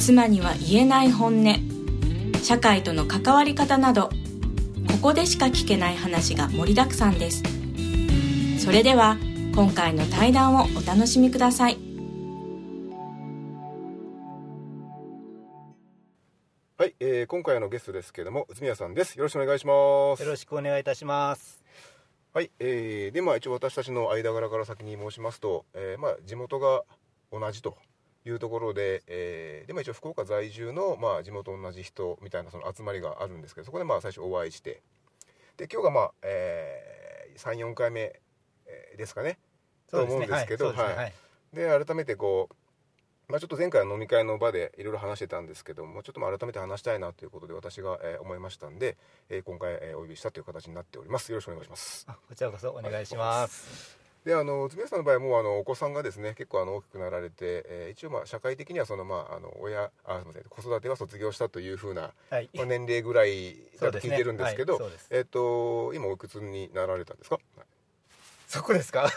妻には言えない本音社会との関わり方などここでしか聞けない話が盛りだくさんですそれでは今回の対談をお楽しみくださいはい、えー、今回のゲストですけれども宇都宮さんですよろしくお願いしますよろしくお願いいたします。はい、えー、でまあ一応私たちの間柄から先に申しますと、えー、まあ地元が同じというところで、えー、でまあ一応福岡在住のまあ地元同じ人みたいなその集まりがあるんですけどそこでまあ最初お会いしてで今日がまあ、えー、34回目えーですかねと思うんですけどはいそうですねははいい。で改めてこう、まあ、ちょっと前回の飲み会の場でいろいろ話してたんですけどもちょっとまあ改めて話したいなということで私が、えー思いましたんで、えー今回、えーお呼びしたという形になっておりますよろしくお願いしますあこちらこそお願いします。であの津さんの場合もうあのお子さんがですね結構あの大きくなられて、えー一応まあ社会的にはそのまああの親あすみません子育ては卒業したというふうな、はい。まあ、年齢ぐらいそだうとです聞いねてるんですけどはいそうですえっ、と今おいくつになられたんですか、そこ ですか。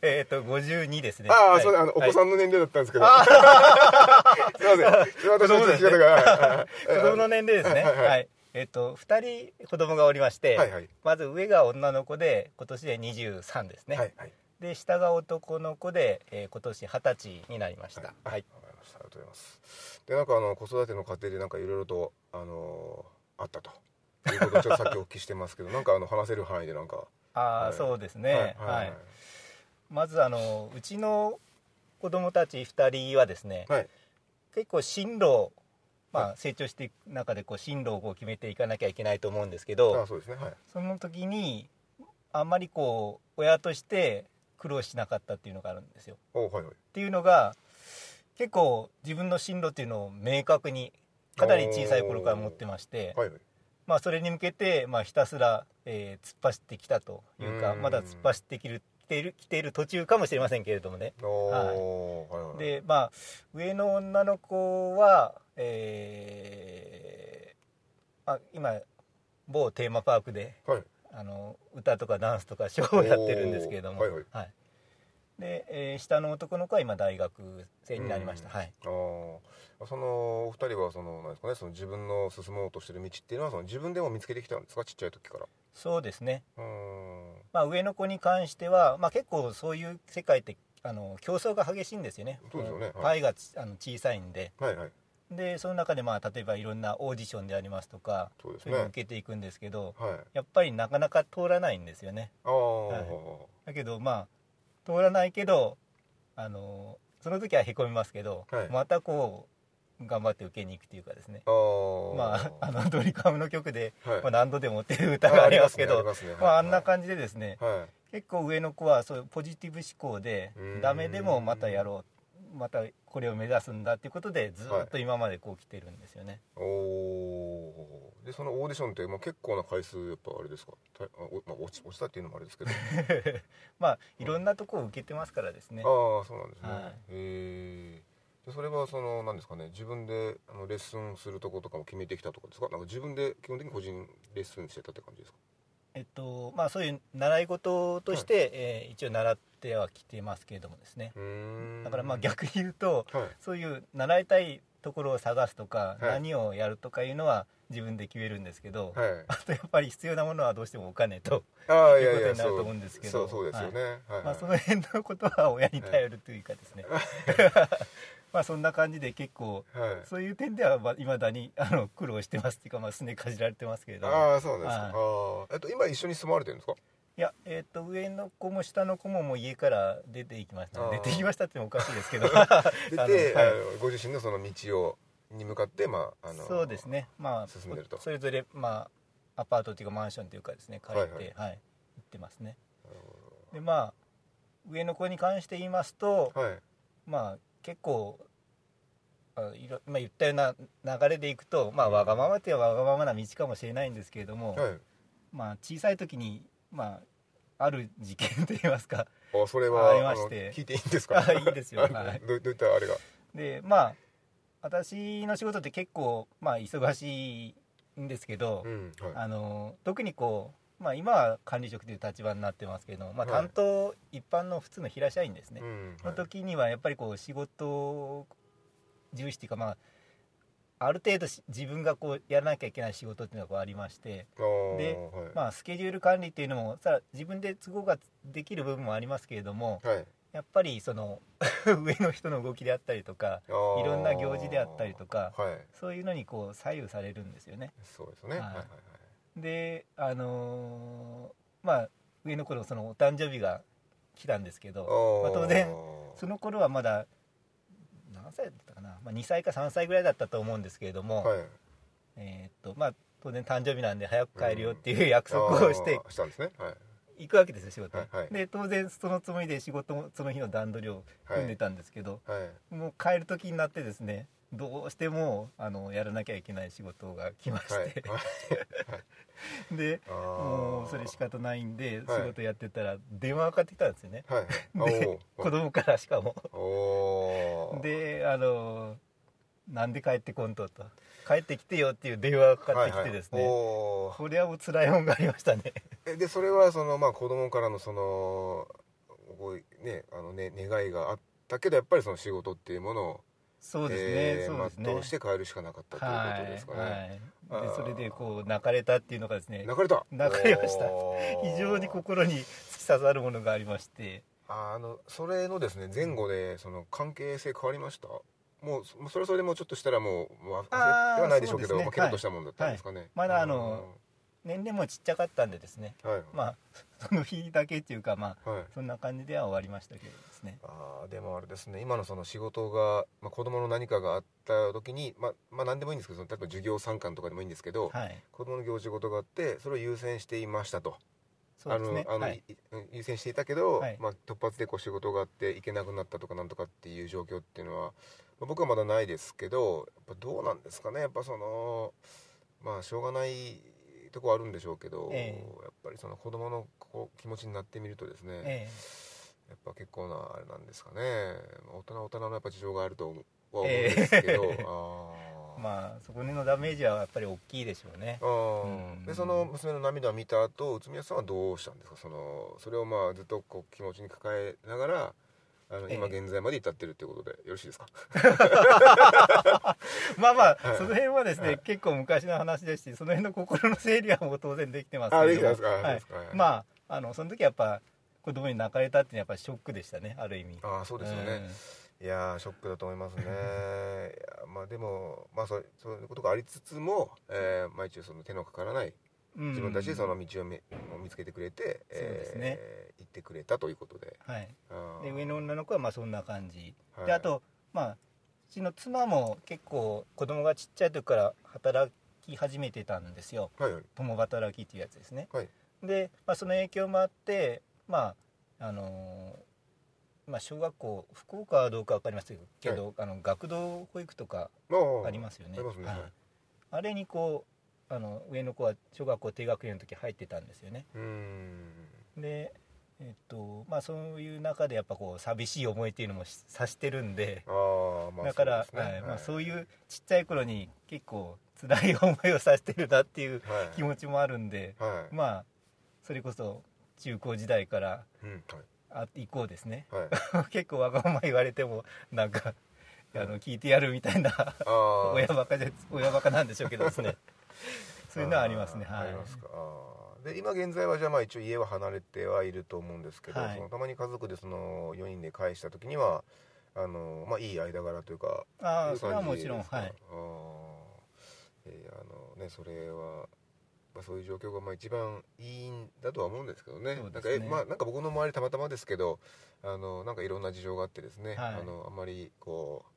えっと52ですね。ああ、はいそうだあのお子はさんの年齢だったんですけど、 すいません私の聞き方が、はいい子供の年齢ですね。はいはいはいはい。えっと二人子供がおりましてはいはい、まず上が女の子で今年で23ですはね。いはいで下が男の子でえー今年二十歳になりました。はい。わかりましたありがとうございますでなんかあの子育ての過程でなんかいろいろとあのーあったということをちょっとさっきお聞きしてます けどなんかあの話せる範囲でなんかあはいあそうですね。ははいい。まずあのうちの子供たち二人はですね。はいはい結構進路をまはあ、成長していく中でこう進路をこう決めていかなきゃいけないと思うんですけど、あそうですねはいその時にあんまりこう親として苦労しなかったっていうのがあるんですよ。おはいはいっていうのが結構自分の進路っていうのを明確にかなり小さい頃から持ってまして、はいはいまあ、それに向けて、まあ、ひたすら、えー突っ走ってきたというかうんまだ突っ走ってきる来ている来ている途中かもしれませんけれどもね。おーはいはいでまあ上の女の子は、えーまあ、今某テーマパークではいあの歌とかダンスとかショーをやってるんですけれども、おーはいはいで、えー下の男の子は今大学生になりました、うんはい、あーそのお二人はそのなんですかねその自分の進もうとしてる道っていうのはその自分でも見つけてきたんですかちっちゃい時からそうですね、うーんまあ、上の子に関しては、まあ、結構そういう世界ってあの競争が激しいんですよねそうですよねこはいパイがちあの小さいんではいはいでその中で、まあ、例えばいろんなオーディションでありますとかそうですそういうのをね受けていくんですけど、はいやっぱりなかなか通らないんですよねああ、はいだけどまあ通らないけどあのその時はへこみますけど、はいまたこう頑張って受けに行くっていうかですねああまああ のドリカムの曲で、はいまあ、何度でもっていう歌がありますけあどりますねりすねまあ、あんなは感じでですね、いはい結構上の子はそういうポジティブ思考でうーんダメでもまたやろうまたこれを目指すんだっていうことでずはっと今までこう来てるんですよね、 おおーでそのオーディションって、まあ、結構な回数やっぱあれですかたあお、まあ、落ち落ちたっていうのもあれですけどあまあいろんなとこを受けてますからです ね、あそうなんですね、はいへえでそれはその何ですかね自分であのレッスンするとことかも決めてきたとかですかなんか自分で基本的に個人レッスンしてたって感じですかえっとまあ、そういう習い事として、えー一応習ってはきてますけれどもですねうーんだからまあ逆に言うとはいそういう習いたいところを探すとか、はい何をやるとかいうのは自分で決めるんですけど、はいあ とやっぱり必要なものはどうしてもお金と、ああいいうやこいとやになるそうと思うんですけどそうそうですよね、はいはいまあ、その辺のことは親に頼るというかですね、 まあそんな感じで結構はいそういう点ではいまあ未だにあの苦労してますっていうか、まあ、すねかじられてますけれどもああそうなんですか、はいああえっと今一緒に住まわれてるんですかいや、えー、と上の子も下の子ももう家から出ていきましたあー出ていきましたってもおかしいですけど出あのて、はい あのご自身のその道をに向かってまああの そうですねまあ進んでるとそれぞれ、まあ、アパートっていうかマンションっていうかですね借りて、ははいいはい行ってますねでまあ上の子に関して言いますと、はいまあ結構あのいろ今言ったような流れでいくと、まあ、うんわがままってわがままな道かもしれないんですけれども、はいまあ、小さい時に、まあ、ある事件といいますかあそれはありまあのして聞いていいんですかあいいですよあはいどうどういったあれがでまあ私の仕事って結構、まあ、忙しいんですけど、うんはいあの特にこう、まあ、今は管理職という立場になってますけど、まはあ、い担当、一般の普通の平社員ですねう、んはのい時にはやっぱりこう仕事重視っていうかまあある程度し自分がこうやらなきゃいけない仕事っていうのがこうありまして、あーではいまあ、スケジュール管理っていうのもさら自分で都合ができる部分もありますけれどもはいやっぱりその 上の人の動きであったりとかあーいろんな行事であったりとかはいそういうのにこう左右されるんですよね。そうですねはいはいはいはいであのーまあ上の頃そのお誕生日が来たんですけど、まあ、当然その頃はまだ何歳だったかな、まあ、2歳か3歳ぐらいだったと思うんですけれども、はいえーっとまあ、当然誕生日なんで早く帰るよっていう約束をしてあーしたんですねはい行くわけですよ仕事に、はいはいで当然そのつもりで仕事もその日の段取りを組んでたんですけど、はいもう帰る時になってですねどうしてもあのやらなきゃいけない仕事が来ましはいて、 であーもうそれ仕方ないんではい仕事やってたら電話がかかってきたんですよね、はいでお子ー供からしかもおーであのなんで帰ってこんとと帰ってきてよっていう電話がかかってきてですね、はいはいおーこれはもう辛いもんがありましたねえでそれはそのまあ子供からのそのこうねあのね願いがあったけどやっぱりその仕事っていうものをそうですね、えーそう全うでしすねて変えるしかなかったということですかね、はい、はい、あでーそれでこう泣かれたっていうのがですね泣かれた泣かれましたおー非常に心に突き刺さるものがありましてあのそれのですね前後でその関係性変わりましたもうそそれはそれでもうちょっとしたらもう、まあ、忘れあーてはないでしょうけどそうですねまあ、ケロッとしたもんだったんですかね、まだあの年齢もちっちゃかったんでですねうんはい、まあ その日だけっていうかまあはい、そんな感じでは終わりましたけどですねあーでもあれですね今のその仕事が、まあ、子供の何かがあった時に、まあ、まあ何でもいいんですけどその例えば授業参観とかでもいいんですけど、はい子供の行事事があってそれを優先していましたと、そあうですのねあの、はいい優先していたけど、はいまあ、突発でこう仕事があって行けなくなったとかなんとかっていう状況っていうのは、まあ僕はまだないですけどやっぱどうなんですかねやっぱそのまあしょうがないとこはあるんでしょうけど、えやっぱりその子供のこう気持ちになってみるとですね、ええやっぱ結構なあれなんですかね大人は大人のやっぱ事情があると思うは思うんですけど、ええあー まあそこのダメージはやっぱり大きいでしょうね あーうんでその娘の涙を見た後宇都宮さんはどうしたんですかそのそれをまあずっとこう気持ちに抱えながらあのええ今現在まで至ってるということでよろしいですか、まあまあ、はいその辺はですね、はい結構昔の話ですしその辺の心の整理はもう当然できてますけあどできたんですか、はいそうですかまああのその時やっぱ子供に泣かれたっていうのはやっぱショックでしたねある意味ああそうですよね、いやーショックだと思います ねいやーまあでもまあそうそういうことがありつつも、えーまあ、一応その手のかからないうん自分たちでその道を見見つけてくれて、そうですねえー行ってくれたということではい、あーで上の女の子はまあそんな感じ、はいであとまあうちの妻も結構子供がちっちゃい時から働き始めてたんですよはいはい共働きっていうやつですね、はいで、まあ、その影響もあってまああのーまあ、小学校福岡はどうか分かりませんけど、あの学童保育とかあありますよねありますねはいあれにこうあの上の子は小学校低学年の時入ってたんですよねすうーんでえっとまあそういう中でやっぱこう寂しい思いっていうのもしさしてるんで、ああまあだからそうですねはいまあ、そうういうちっちゃい頃に結構辛い思いをさしてるなっていうはい気持ちもあるんで、はい、まあそれこそ中高時代からうんあ以降ですね はいはい結構わがまま言われてもなんかあの聞いてやるみたいなああ親バカで親バカなんでしょうけどで すねそういうのはありますねあーはいありますかあーで今現在はじゃあまあ一応家は離れてはいると思うんですけど、はいそのたまに家族でその4人で返した時にはあのまあいい間柄というかあいあうそれは感もじちろんですかはいあーえーあのねそれは、まあ、そういう状況がまあ一番いいんだとは思うんですけどねそうなでんかすねえ、まあ、なんか僕の周りたまたまですけどあのなんかいろんな事情があってですね、はいあのあんまりこう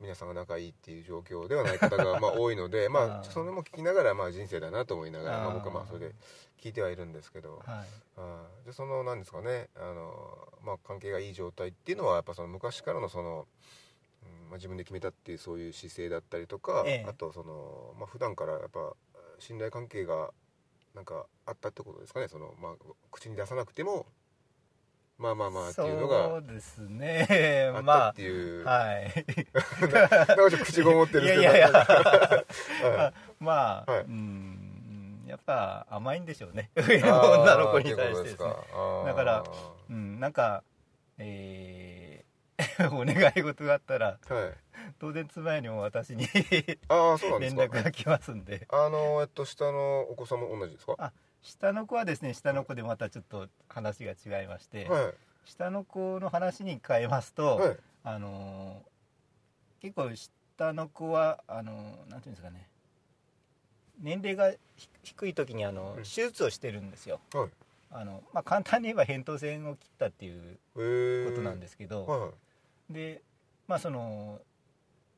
皆さんが仲いいっていう状況ではない方 がまあ多いので、まあ、あーそれも聞きながらまあ人生だなと思いながらまあ、あー僕はまあそれで聞いてはいるんですけど、はいあーでそのなんですかねあの、まあ、関係がいい状態っていうのはやっぱその昔からのその、うんまあまあ、自分で決めたっていうそういう姿勢だったりとか、ええあとその、まあ普段からやっぱ信頼関係がなんかあったってことですかねその、まあ、口に出さなくてもまあまあまあっていうのそがうですね あったまっていう、あはい なんかちょっと口ごもってるんいですやけどいやいやはまあ、はいうんやっぱ甘いんでしょうね上いの女の子に対あーっていうことですすしてでねかあーだからうんなんかえー お願い事があったらはい当然妻にも私に ああそうなんです連絡かが来ますんであのえっと下のお子さんも同じですかはあ下の子はですね下の子でまたちょっと話が違いまして、いはい下の子の話に変えますと、はいあのー結構下の子はあのーなんていうんですかね年齢がひ低い時にあのうん手術をしてるんですよ、はいあのまあ、簡単に言えば扁桃腺を切ったっていうへーことなんですけど、はいはいでまあその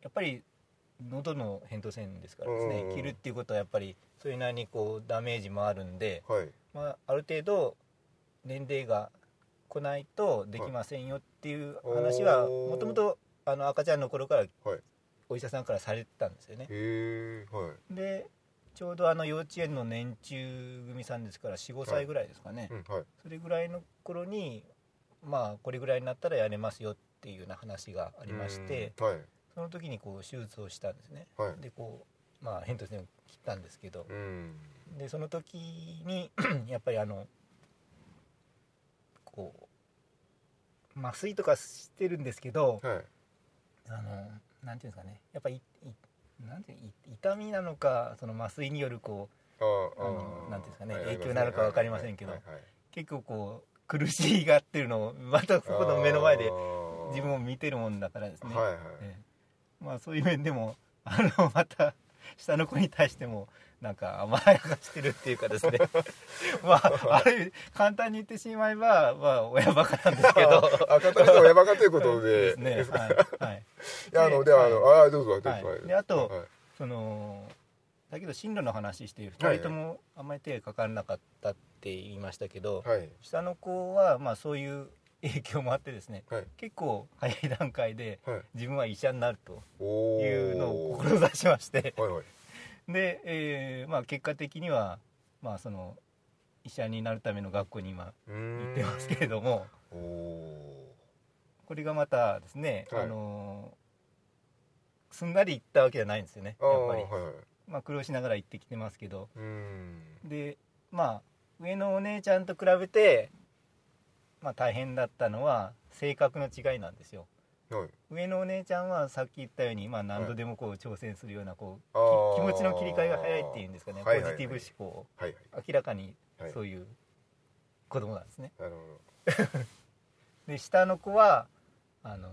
やっぱり喉の扁桃腺ですからですうねんうん切るっていうことはやっぱりそれなりにこうダメージもあるんで、はいまあ、ある程度年齢が来ないとできませんよっていう話はおーもともとあの赤ちゃんの頃からはいお医者さんからされてたんですよね、へえはいでちょうどあの幼稚園の年中組さんですから45歳ぐらいですかね、うんはいそれぐらいの頃にまあこれぐらいになったらやれますよっていうような話がありましてうんはいその時にこう手術をしたんですねはいでこうまあ扁桃腺を切ったんですけど、うんでその時に やっぱりあのこう麻酔とかしてるんですけどはいあのなんていうんですかねやっぱりいいなんていうい痛みなのかその麻酔によるこうあーあのーなんていうんですかねは影響なのかわかりませんけどはいはいはい結構こう苦しがってるのをまたそこの目の前で自分を見てるもんだからですあね、ーはいはいええまあそういう面でも あのまた下の子に対してもなんか甘やかしてるっていうかですね まあある意味簡単に言ってしまえば、まあ、親バカなんですけどあ片目と親バカという ことでですねはい、はい、いやあのではあのあーどうぞどうぞはいはいであとはいそのだけど進路の話しては2い人ともあんまり手がかからなかったって言いましたけど、はい下の子はまあそういう影響もあってですねはい結構早い段階ではい自分は医者になるおとおいうのを志しましてはいはいで、えーまあ、結果的には、まあ、その医者になるための学校に今行言ってますけれどもおおこれがまたですね、はいあのーすんなり行ったわけじゃないんですよねあやっぱりー、はいはいまあ、苦労しながら行ってきてますけどうーんでまあ上のお姉ちゃんと比べて、まあ、大変だったのは性格の違いなんですよはい上のお姉ちゃんはさっき言ったように、まあ、何度でもこう挑戦するようなこう、あーき気持ちの切り替えが早いっていうんですかね、はいはいはいポジティブ思考はいはい明らかにはいそういう子供なんですね、なるほで下の子はあのー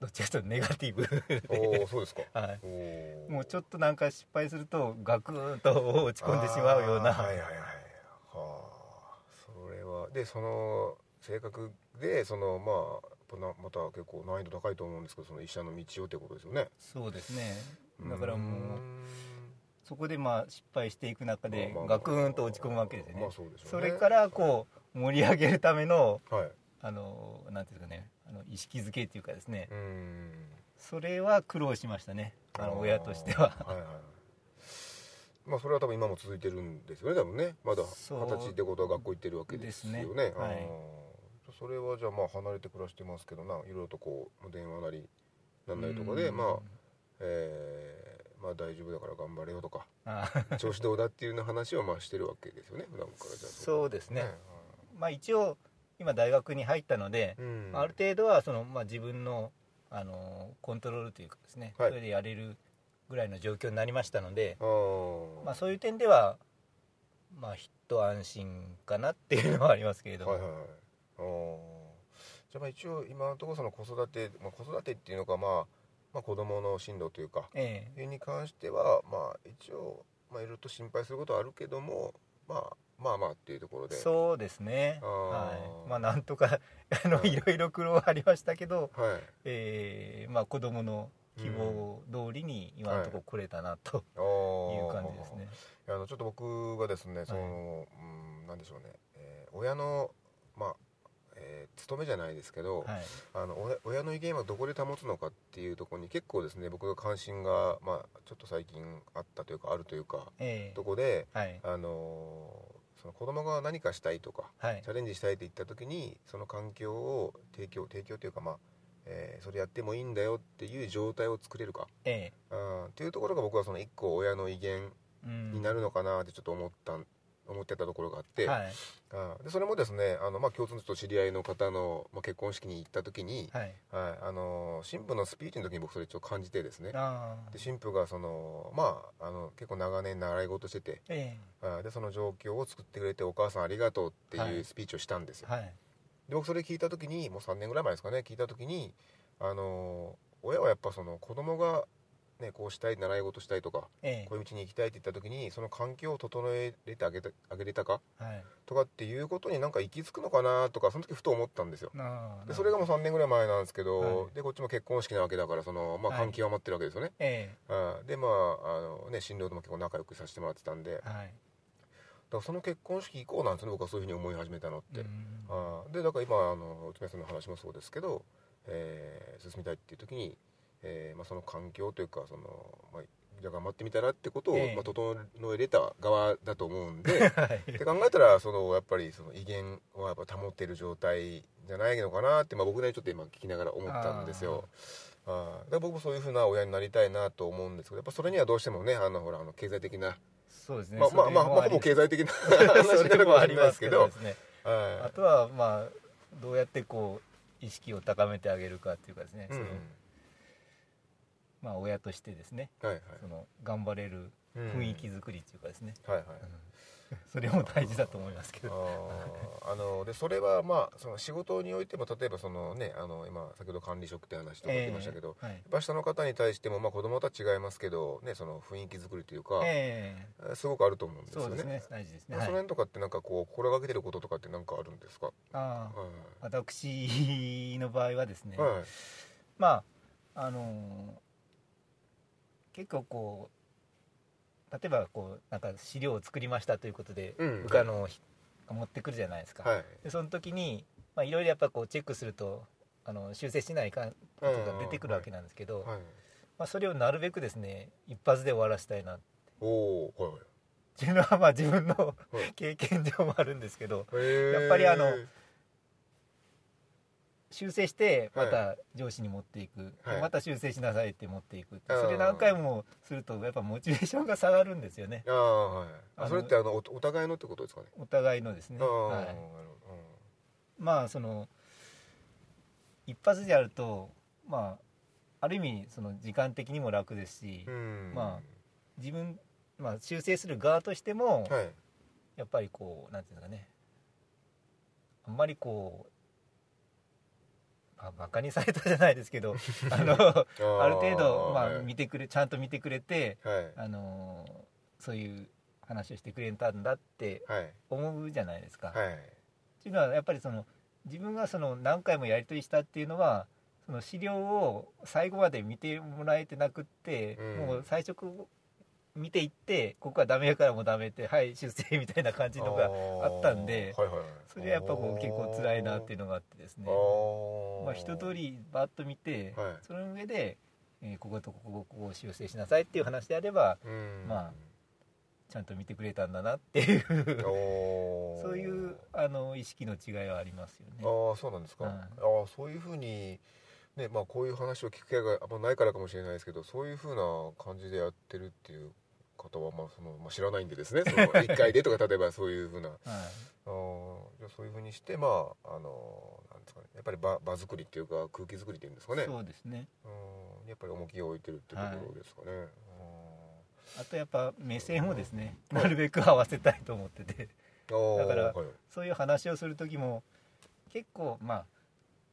どっちかというとネガティブど おおそうですかはおおい、もうちょっっとなんか失敗するとガクーンと落ち込んでしまうような、はいはいはいはあそれはでその性格でそのまあこんなまた結構難易度高いと思うんですけどその医者の道をってことですよねそうですねだからもうーそこでまあ失敗していく中んまあでまあまあガクーンと落ち込むわけですよねまあそうでしょうねそれからこう盛り上げるためのはいはいあのーなんていうんですかねあの意識づけっていうかですねうーんそれは苦労しましたねあの親としてはいはいはいまあそれは多分今も続いてるんですよね多分ねまだ二そう十歳ってことは学校行ってるわけですよねですねはいあーそれはじゃあまあ離れて暮らしてますけどないろいろとこう電話なりなんなりとかでうんまあえーまあ大丈夫だから頑張れよと かあ調子どうだっていうの話をまあしてるわけですよね普段からじゃあそうですねまあ、一応今大学に入ったので、うんある程度はその、まあ、自分の、あのーコントロールというかですね、はいそれでやれるぐらいの状況になりましたので、あーまあ、そういう点では、まあ、と安心かなっていうのはありますけれども、はいはいはいあーじゃあまあ一応今のところその子育て、まあ、子育てっていうのか、まあ、まあ子供の進路というかええいうに関してはまあ一応まあいろいろと心配することはあるけどもまあまあまあっていうところでそうですねあーはいまあなんとかあの、はいい、ろいろ苦労はありましたけど、はいええまあ、子供の希望通りに今のところ来れたなとあいうー感じですね、あのちょっと僕がですねその、うんなんでしょうね、えー親のまあ、ええー勤めじゃないですけど、はいあの親親の威厳はどこで保つのかっていうところに結構ですね僕が関心が、まあ、ちょっと最近あったというかあるというかえとこで、えはいあのーその子供が何かしたいとかはいチャレンジしたいって言った時にその環境を提供提供というかまあ、えーそれやってもいいんだよっていう状態を作れるかええうんっていうところが僕はその一個親の威厳うんになるのかなってちょっと思ったん思ってたところがあって、はいうんでそれもですねあの、まあ、共通のちょっと知り合いの方の、まあ、結婚式に行った時に、はいはいあの新婦のスピーチの時に僕それちょっと感じてですねああで新婦がその、まあ、あの結構長年習い事しててえあでその状況を作ってくれてお母さんありがとうってはいいうスピーチをしたんですえよ、はいで僕それ聞いた時にもう3年ぐらい前ですかね聞いた時にあの親はやっぱその子供がねこうしたい習い事したいとかえこういう道に行きたいって言った時にその環境を整えれてあげたあげれたかえはいとかっていうことになんか行き着くのかなとかその時ふと思ったんですよああでそれがもう3年ぐらい前なんですけど、はいでこっちも結婚式なわけだからその、まあ、はい関係は余ってるわけですよね、えあーでまああのね新郎とも結構仲良くさせてもらってたんでだえかはいらその結婚式以降なんですね僕はそういうふうに思い始めたのって、うんあーでだから今あの内宮さんの話もそうですけど、えー進みたいっていう時に、えーまあ、その環境というかその、まあ、じゃあ頑張ってみたらってことを、ええまあ、整えれた側だと思 うんではいって考えたらそのやっぱりその威厳はやっぱ保っている状態じゃないのかなって、まあ、僕ねちょっと今聞きながら思ったんですよ。あーだから僕もそういうふうな親になりたいなと思うんですけどやっぱそれにはどうしてもねあのほらあの経済的な、そうですねまあまあまあ、まあ、ほぼ経済的な話そになれるかももあしりれないまですすけけどどで。すねはいあとはまあどうやってこう意識を高めてあげるかっていうかですね、うんそのまあ親としてですねはいはいその頑張れる雰囲気づくりっていうかですね、はいはいうんそれも大事だと思いますけあどーあのでそれはまあその仕事においても例えばそのねあの今先ほど管理職って話とか言ってましたけど、ええはいやっぱ下の方に対しても、まあ、子供とは違いますけど、ね、その雰囲気作りというか、えすごくあると思うんえですそようねですね大事ですね、そのはい、辺とかってなんかこう心がけてることとかって何かあるんですか、ああは私の場合はですね、いはいまああのー結構こう例えばこうなんか資料を作りましたということで、うん部下のひ持ってくるじゃないですか、はいでその時にまあいろいろやっぱこうチェックするとあの修正しないかんことが出てくるわけなんですけど、はいまあ、それをなるべくですね一発で終わらせたいなっおおーはいはいていうのはまあ自分のはい経験上もあるんですけどへーやっぱりあの修正してまはた上司に持っていく、はいまた修正しなさいって持っていくってうんそれ何回もするとやっぱモチベーションが下がるんですよねあー、はい、ああのそれってあのおお互いのってことですかねお互いのですね、あーはないるほまあその一発でやるとまあある意味その時間的にも楽ですし、どうんま自分、まあ、修正する側としても、はいやっぱりこうなんていうんですかねあんまりこう、まあ、バカにされたじゃないですけどあのああーる程度、まはあ、い見てくれちゃんと見てくれてはいあのそういう話をしてくれたんだってはい思うじゃないですか。はいっていうのはやっぱりその自分がその何回もやり取りしたっていうのはその資料を最後まで見てもらえてなくって、うんもう最初見ていってここはダメやからもうダメってはい修正みたいな感じのがあったんであーはいはい、それはやっぱこう結構辛いなっていうのがあってですねまあ一通りバッと見て、はいその上で、えーこことここここを修正しなさいっていう話であればまちゃんと見てくれたんだなっていうあ そういうあの意識の違いはありますよあね。ーそうなんですか、はいああそういうふうにねまあこういう話を聞く機会があんまないからかもしれないですけどそういうふうな感じでやってるっていう方は、まあそのまあ、知らないんでですねそ の一回でとか例えばそういうふうなはいあーじゃあそういうふうにしてまああのなんですかねやっぱり場場作りっていうか空気作りっていうんですかねそうですねうんやっぱり重きを置いてるっていうところですかね、あとやっぱ目線をですねなるべく合わせたいと思っててうんだからあーはいそういう話をする時も結構まあ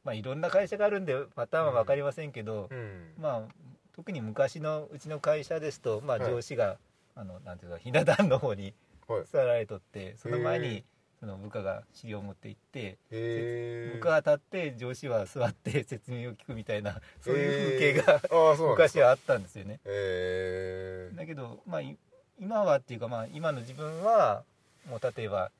まあいろんな会社があるんでパターンは分かりませんけどう、んまあ特に昔のうちの会社ですと、まあ、はい上司が、あのなんていうかひな壇の方にはい座られとってそのへ前にえその部下が資料を持って行ってへー僕は当たって上司は座って説明を聞くみたいなそういう風景がえーあーそうなんです昔はあったんですよね。えーだけど、まあ、い今はっていうか、まあ、今の自分はもう例えば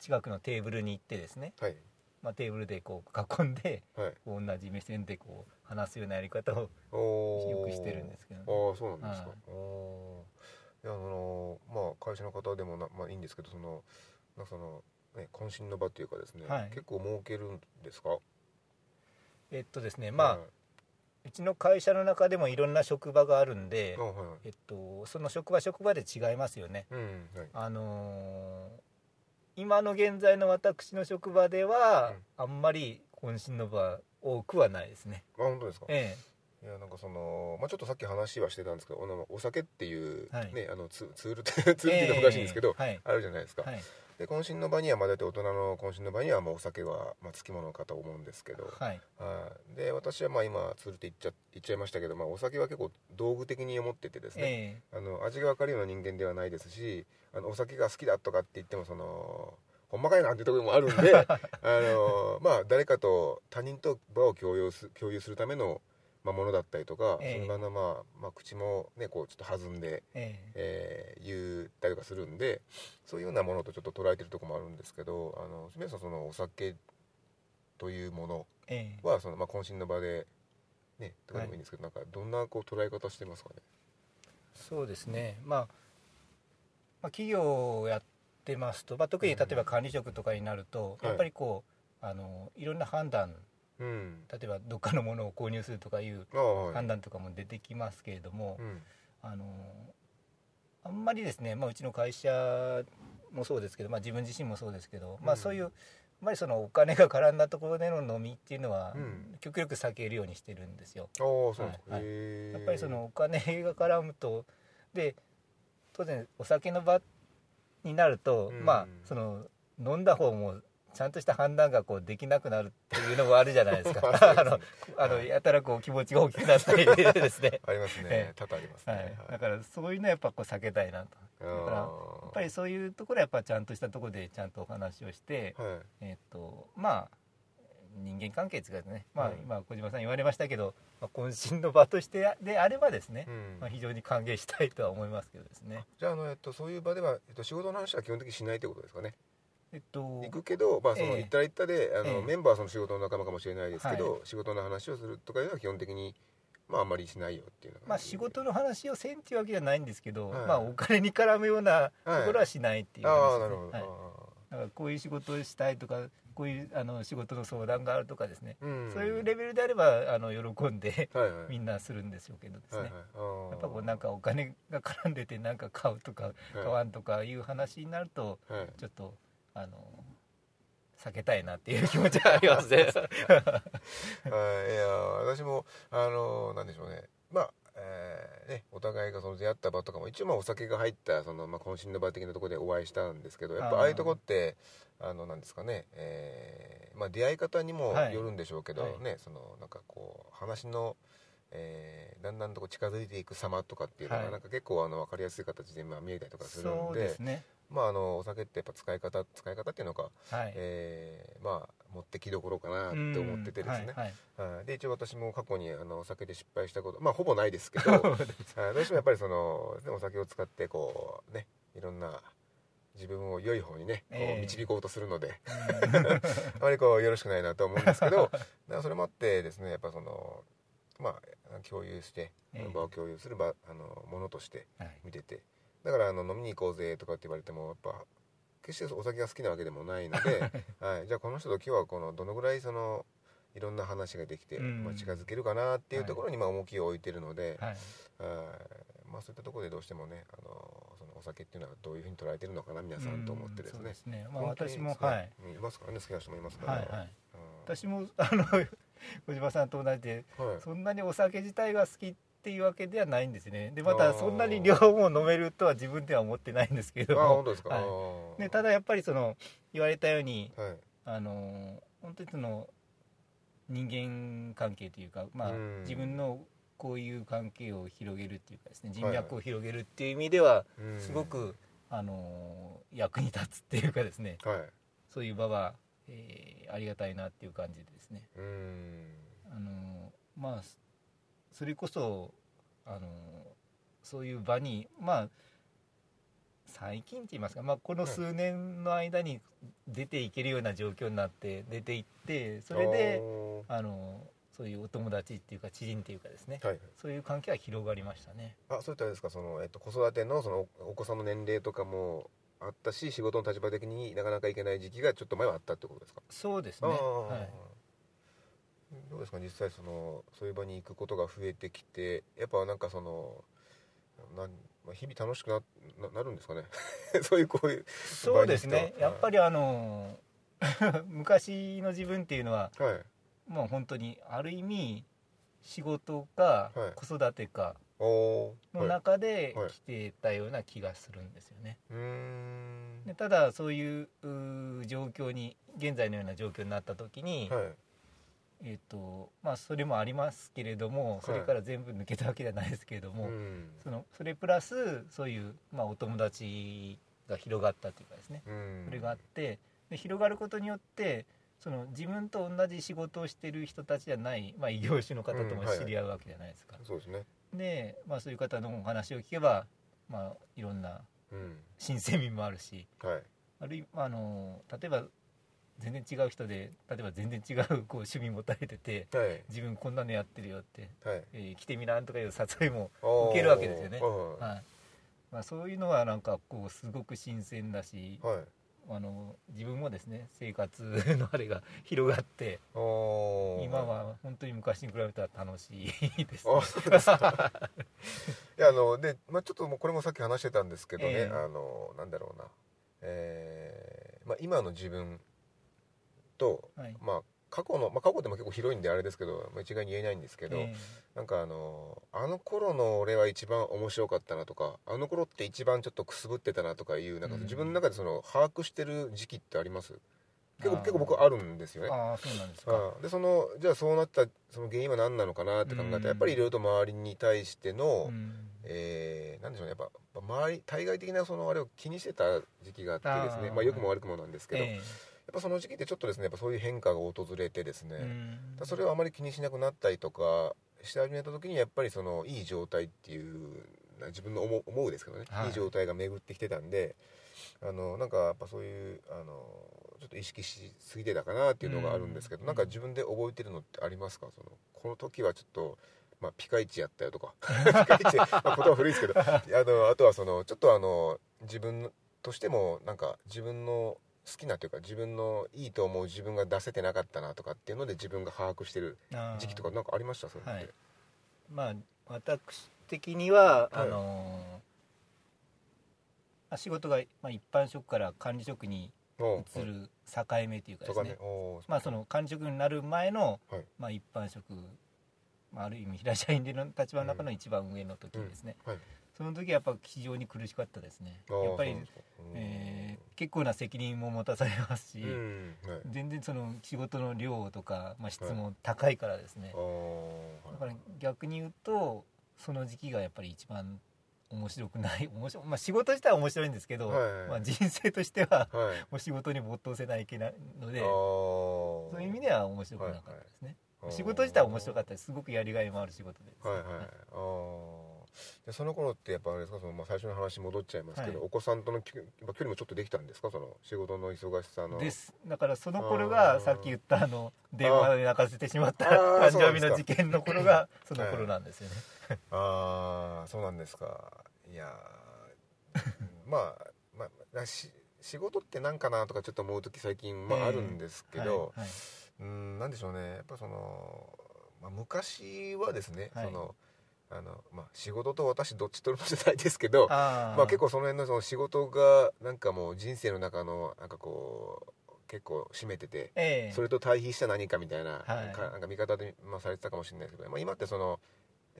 近くのテーブルに行ってですねはいまあ、テーブルでこう囲んではいこう同じ目線でこう話すようなやり方をおーよくしてるんですけど、ね、ああそうなんですか、はいおーいやあのーまあ会社の方でもなまあいいんですけどそのなんかそのね渾身の場っていうかですね、はい結構儲けるんですかえっとですねまあ、はいうちの会社の中でもいろんな職場があるんであ、はいはいえっと、その職場職場で違いますよねうんはいあのー今の現在の私の職場では、あんまり渾身の場多くはないですねあ本当ですかえいやなんかその、まあ、ちょっとさっき話はしてたんですけどおお酒っていう、はいね、あのツツールってツールってえ言うのおかしいんですけど、ええはいあるじゃないですか、はいで渾身の場にはまあ大体大人の渾身の場にはまあお酒は、まあ、つきものかと思うんですけど、はいはい、で私はまあ今ツールって言っちゃ言っちゃいましたけど、まあ、お酒は結構道具的に思っててですね、えあの味が分かるような人間ではないですしあのお酒が好きだとかって言ってもそのほんまかいなっていうところもあるん であの、まあ、誰かと他人と場を共有す共有するための、まあ、ものだったりとか、えそのえ場の、まあまあ、口も、ね、こうちょっと弾んで、ええええー言ったりとかするんでそういうようなものとちょっと捉えてるところもあるんですけどあの皆さんそのお酒というものえええはその、まあ、渾身の場で、ね、とかでもいいんですけど、なんかどんなこう捉え方してますかね。そうですね、まあ、まあ企業をやってますと、まあ、特に例えば管理職とかになると、はいやっぱりこうあのいろんな判断うん、例えばどっかのものを購入するとかいうああはい判断とかも出てきますけれども、うんあのあんまりですね、まあ、うちの会社もそうですけど、まあ、自分自身もそうですけど、まうんあ、そういう、あんまりそのお金が絡んだところでの飲みっていうのは、うん極力避けるようにしてるんですよ。ああそうなんですか、はいはいへえやっぱりそのお金が絡むとで当然お酒の場になると、うんまあその飲んだ方もちゃんとした判断がこうできなくなるっていうのもあるじゃないです あ そうですかあねのあはのい、やたらこう気持ちが大きくなったりですねありますねええ多々ありますね、ははいい、だからそういうのはやっぱこう避けたいなとあだからやーっぱりそういうところはやっぱちゃんとしたところでちゃんとお話をして、はいえっとまあ人間関係ですからね、まあう、ん今小島さん言われましたけど、まあ、渾身の場としてであればですね、うんまあ、非常に歓迎したいとは思いますけどですね。じゃああの、えっと、そういう場では、えっと、仕事の話は基本的にしないということですかねえっと行、くけど、まあ、そのええ行ったら行ったで、あのええメンバーはその仕事の仲間かもしれないですけど、仕事の話をするとかいうのは基本的に、まあ、あんまりしないよっていうのがまあ、仕事の話をせんっていうわけじゃないんですけど、はいまあ、お金に絡むようなところはしないっていうあ話あなるですほど、ねはいだからこういう仕事をしたいとかこういうあの仕事の相談があるとかですね、あーうんそういうレベルであればあの喜んではいはいみんなするんでしょうけどですね、はいはいあーやっぱこうなんかお金が絡んでてなんか買うとか買わんとかいう話になるとはいちょっとあの避けたいなっていう気持ちはありますね。はい、いや私もあのなんでしょうねまあ、えーねお互いがその出会った場とかも一応まあお酒が入ったその、まあ、渾身の場的なところでお会いしたんですけどやっぱあーああいうとこってあのなんですかね、えーまあ、出会い方にもはいよるんでしょうけど、はいねそのなんかこう話の、えーだんだんとこう近づいていく様とかっていうのが、はいなんか結構あの分かりやすい形でまあ見えたりとかするそんうでですね。まあ、あのお酒ってやっぱ使い方使い方っていうのか、はい。えーまあ、持ってきどころかなって思っててですねうん、はいはいで一応私も過去にあのお酒で失敗したことまあほぼないですけ どはいはいどうしてもやっぱりそのねお酒を使ってこうねいろんな自分を良い方にねこえうえ導こうとするので、あまりこうよろしくないなと思うんですけどだ からそれもあってですねやっぱそのまあ共有してえ え場を共有する場あのものとしてはい見ててだからあの飲みに行こうぜとかって言われてもやっぱ決してお酒が好きなわけでもないの で、はい、じゃあこの人と今日はこのどのぐらいそのいろんな話ができて、うんまあ、近づけるかなっていうところにまあ重きを置いてるので、はいはいまあ、そういったところでどうしてもねあのそのお酒っていうのはどういうふうに捉えてるのかな皆さんと思ってですうんそうねで。すね。まあ本当に私もですねはいいますからね好きな人もいますから、はいはい。うん私もあの小島さんと同じではいそんなにお酒自体が好きっていうわけではないんですね。でまたあーそんなに量も飲めるとは自分では思ってないんですけれどあ本も。当ですか、はいあーでただやっぱりその言われたようにはいあの本当にその人間関係というかまあうん自分のこういう関係を広げるっていうかですね人脈を広げるっていう意味ではうんすごく、あのー役に立つっていうかですねはいそういう場は、えーありがたいなっていう感じでですね、うんあのーまあそそれこそ、あのーそういう場にまあ最近って言いますか、まあ、この数年の間に出ていけるような状況になって出ていってそれであのそういうお友達っていうか知人っていうかですね、はいはいそういう関係は広がりましたねあそういったあれですかその、えっと、子育てのそのおお子さんの年齢とかもあったし仕事の立場的になかなかいけない時期がちょっと前はあったってことですか、そうですあね、あはどうですか実際そのそういう場に行くことが増えてきてやっぱなんかそのなんまあ日々楽しくなななるんですかね そういうこういうい、そうです場合にねしたやっぱりあの 昔の自分っていうのははいもう本当にある意味仕事かはい子育てかおおのはい、中ではい来てたような気がするんですよね、うーんでただそういううー状況に現在のような状況になった時に、はいえーとまあ、それもありますけれどもそれから全部抜けたわけじゃないですけれども、うんそのそれプラスそういう、まあ、お友達が広がったというかですねうんそれがあってで広がることによってその自分と同じ仕事をしてる人たちじゃない、まあ、異業種の方とうんもはい知り合うわけじゃないですか。そうですねで、まあ、そういう方のお話を聞けば、まあ、いろんなうん新鮮味もあるしはいあるいはあの例えば全然違う人で例えば全然違うこう趣味持たれててはい自分こんなのやってるよって、はいえー来てみなんとかいう誘いも、受受けるわけですよねははいまあ、そういうのはなんかこうすごく新鮮だしい、はいあの自分もですね生活のあれが 広がっておー今は本当に昔に比べたら楽しいです、あそうですかいやあので、まあ、ちょっともうこれもさっき話してたんですけどね、ええあのなんだろうな、えーまあ、今の自分と、 はいまあ、過去の、まあ、過去でも結構広いんであれですけど、まあ、一概に言えないんですけど、えなんかあのあの頃の俺は一番面白かったなとかあの頃って一番ちょっとくすぶってたなとかいうなんかうん自分の中でその把握してる時期ってあります結構あー結構僕あるんですよえね。ああそうなんですかうんでそのじゃあそうなったその原因は何なのかなって考えたうんらやっぱりいろいろと周りに対しての、うんえーなんでしょうねやっぱ周り対外的なそのあれを気にしてた時期があってですねあーまあ、良くも悪くもなんですけど、やっえぱその時期ってちょっとですねやっぱそういう変化が訪れてですね、えうんだからそれをあまり気にしなくなったりとかし始めた時にやっぱりそのいい状態っていうな自分の思う思うですけどね、はいい、い状態が巡ってきてたんであのなんかやっぱそういうあのちょっと意識しすぎてたかなっていうのがあるんですけど、うんなんか自分で覚えてるのってありますかそのこの時はちょっと、まあ、ピカイチやったよと かピカイチ、まあ、言葉古いですけどあのあとはそのちょっとあの自分としてもなんか自分の好きなというか自分のいいと思う自分が出せてなかったなとかっていうので自分が把握してるあー時期とかなんかありましたそれって、はいまあ私的にはいは、あのー仕事が、まあ、一般職から管理職におう移る境目というかでとすかね、ねおうまあ、その管理職になる前の、はいまあ、一般職、まあ、ある意味平社員での立場の中の一番上の時ですね、うんはいその時はやっぱ非常に苦しかったですねあーやっぱりそうなん、ですかうんえー結構な責任も持たされますし、うんはい全然その仕事の量とか、まあ、質はいも高いからですね、あーだはから逆に言うとその時期がやっぱり一番面白くない 面白い、まあ、仕事自体は面白いんですけど、はいまあ、人生としてはいはいもう仕事に没頭せないといけないのであーそういう意味では面白くなかったですね、あー仕事自体は面白かったですすごくやりがいもある仕事ではいはいあーでその頃ってやっぱあれですかその、まあ、最初の話戻っちゃいますけど、はいお子さんとのきゅまあ距離もちょっとできたんですかその仕事の忙しさのですだからその頃あーがさっき言ったあの電話で泣かせてしまったあー誕生日の事件の頃がその頃なんですよね、ああそうなんですかいやー まあまあなし仕事って何かなとかちょっと思う時最近、まええあ、あるんですけど、はいはいうんなんでしょうねやっぱその、まあ、昔はですね、はいそのあのまあ、仕事と私どっち取るのじゃないですけどあーまあ、結構その辺のその仕事がなんかもう人生の中のなんかこう結構占めてて、ええそれと対比した何かみたいな,、はいかなんか見方で、まあ、されてたかもしれないですけど、まあ、今ってその、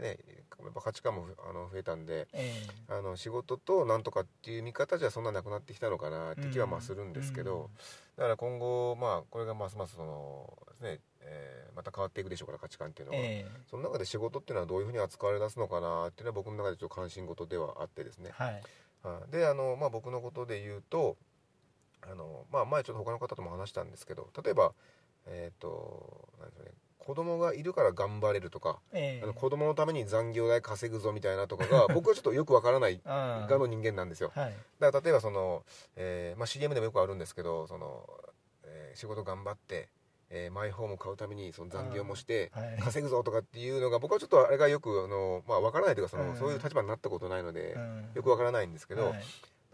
ね、やっぱ価値観もふあの増えたんでえあの仕事となんとかっていう見方じゃそんななくなってきたのかなって気はまあするんですけど、うんうんだから今後、まあ、これがますますその、ねえーまた変わっていくでしょうから価値観っていうのは。えその中で仕事っていうのはどういうふうに扱われ出すのかなっていうのは僕の中でちょっと関心事ではあってですねえ、はいはいであの、まあ、僕のことで言うとあの、まあ、前ちょっと他の方とも話したんですけど例えばえっ、となんでしょうね子供がいるから頑張れるとか、えあの子供のために残業代稼ぐぞみたいなとかが僕はちょっとよくわからないあ側の人間なんですよはいだから例えばその、えーまあ、CM でもよくあるんですけどその、えー仕事頑張って、えーマイホーム買うためにその残業もしてはい稼ぐぞとかっていうのが僕はちょっとあれがよくあの、まあ、分からないというかその、うんそういう立場になったことないので、うんよくわからないんですけど、はだい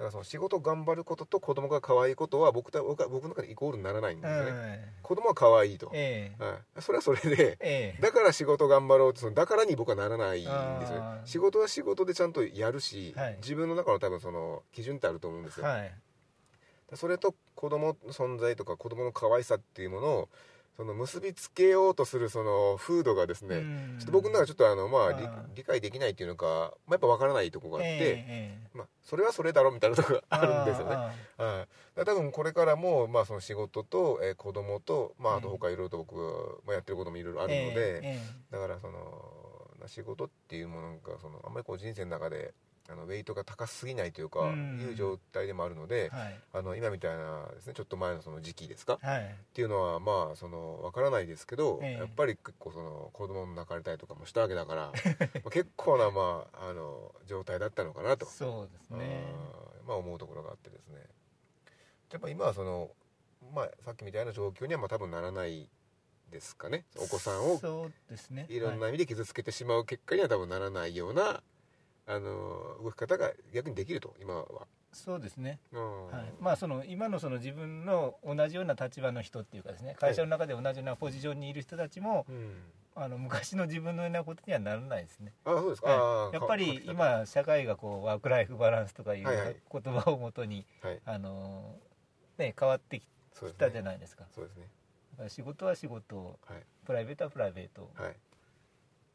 からその仕事頑張ることと子供が可愛いことは僕た僕は僕の中でイコールにならないんですよね、うん子供は可愛いと、ええはい、それはそれでええだから仕事頑張ろうってそのだからに僕はならないんですよねあー仕事は仕事でちゃんとやるし、はい自分の中の多分その基準ってあると思うんですよ、はいそれと子供の存在とか子供の可愛さっていうものをその結びつけようとするその風土がですね、うんちょっと僕の中でちょっとあのまあ理あー理解できないっていうのか、まあ、やっぱ分からないとこがあって、ええまあ、それはそれだろみたいなとこがあるんですよね。あはい、だから多分これからも、まあ、その仕事と、えー子供と、まあ、あとうん他いろいろと僕、まあ、やってることもいろいろああるので、ええだからそのな仕事っていうものがそのあんまりこう人生の中であのウェイトが高すぎないというか、うんいう状態でもあるので、ええはいあの今みたいなですねちょっと前のその時期ですかっはいていうのはまあそのわからないですけど、ええやっぱり結構その子供も泣かれたりとかもしたわけだからま あ結構な、まあ、あの状態だったのかなとそうですねうんまあ思うところがあってですねやっぱ今はその、まあ、さっきみたいな状況にはまあ多分ならないですかねお子さんをそうですねいろんなは意味で傷つけてしまう結果には多分ならないようなあの動き方が逆にできると今は。そうですねうんはい、まあその今のその自分の同じような立場の人っていうかですね会社の中で同じようなポジションにいる人たちもうんあの昔の自分のようなことにはならないですね、あそうですか、あはーい、やっぱり、今社会がこうワーク・ライフ・バランスとかいうはいはい言葉をもとに、変わってきあのーね、変わってきたはい、たじゃないないですかそうですねだから仕事は仕事はいプライベートはプライベートはい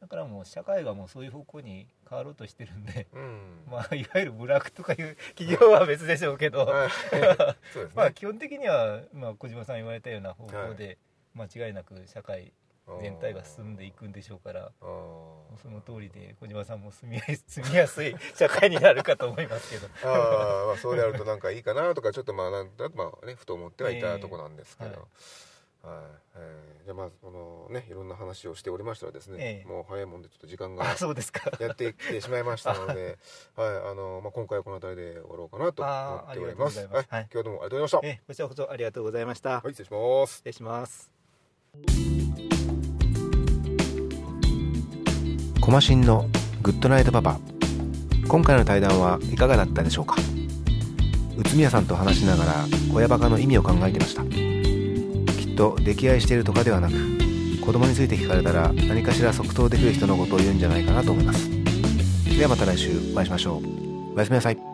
だからもう社会がもうそういう方向に変わろうとしてるんで、うんまあ、いわゆるブラックとかいう企業は別でしょうけど、はいそうですね、 まあ基本的には、まあ、小島さん言われたような方向で、間違いなく社会全体が進んでいくんでしょうからあーその通りで小島さんも住みやす住みやすい社会になるかと思いますけどああまあそうであるとなんかいいかなとかちょっとまあなんとなくまあねふと思ってはいえたえとこなんですけど、はいはいえーじゃあまあこのねいろんな話をしておりましたらですね、ええもう早いもんでちょっと時 間があそうですか やってきてしまいましたの で、はいあのまあ、今回はこの辺りで終わろうかなと思っておりますあーありがとうございまはすはいい、今日はどうもありがとうございましえこちらこそありがとうございました、た、はい、失礼します失礼しますコマシンのグッドナイトパパ今回の対談はいかがだったでしょうか宇都宮さんと話しながら親バカの意味を考えてましたきっと溺愛しているとかではなく子供について聞かれたら何かしら即答できる人のことを言うんじゃないかなと思いますではまた来週お会いしましょうおやすみなさい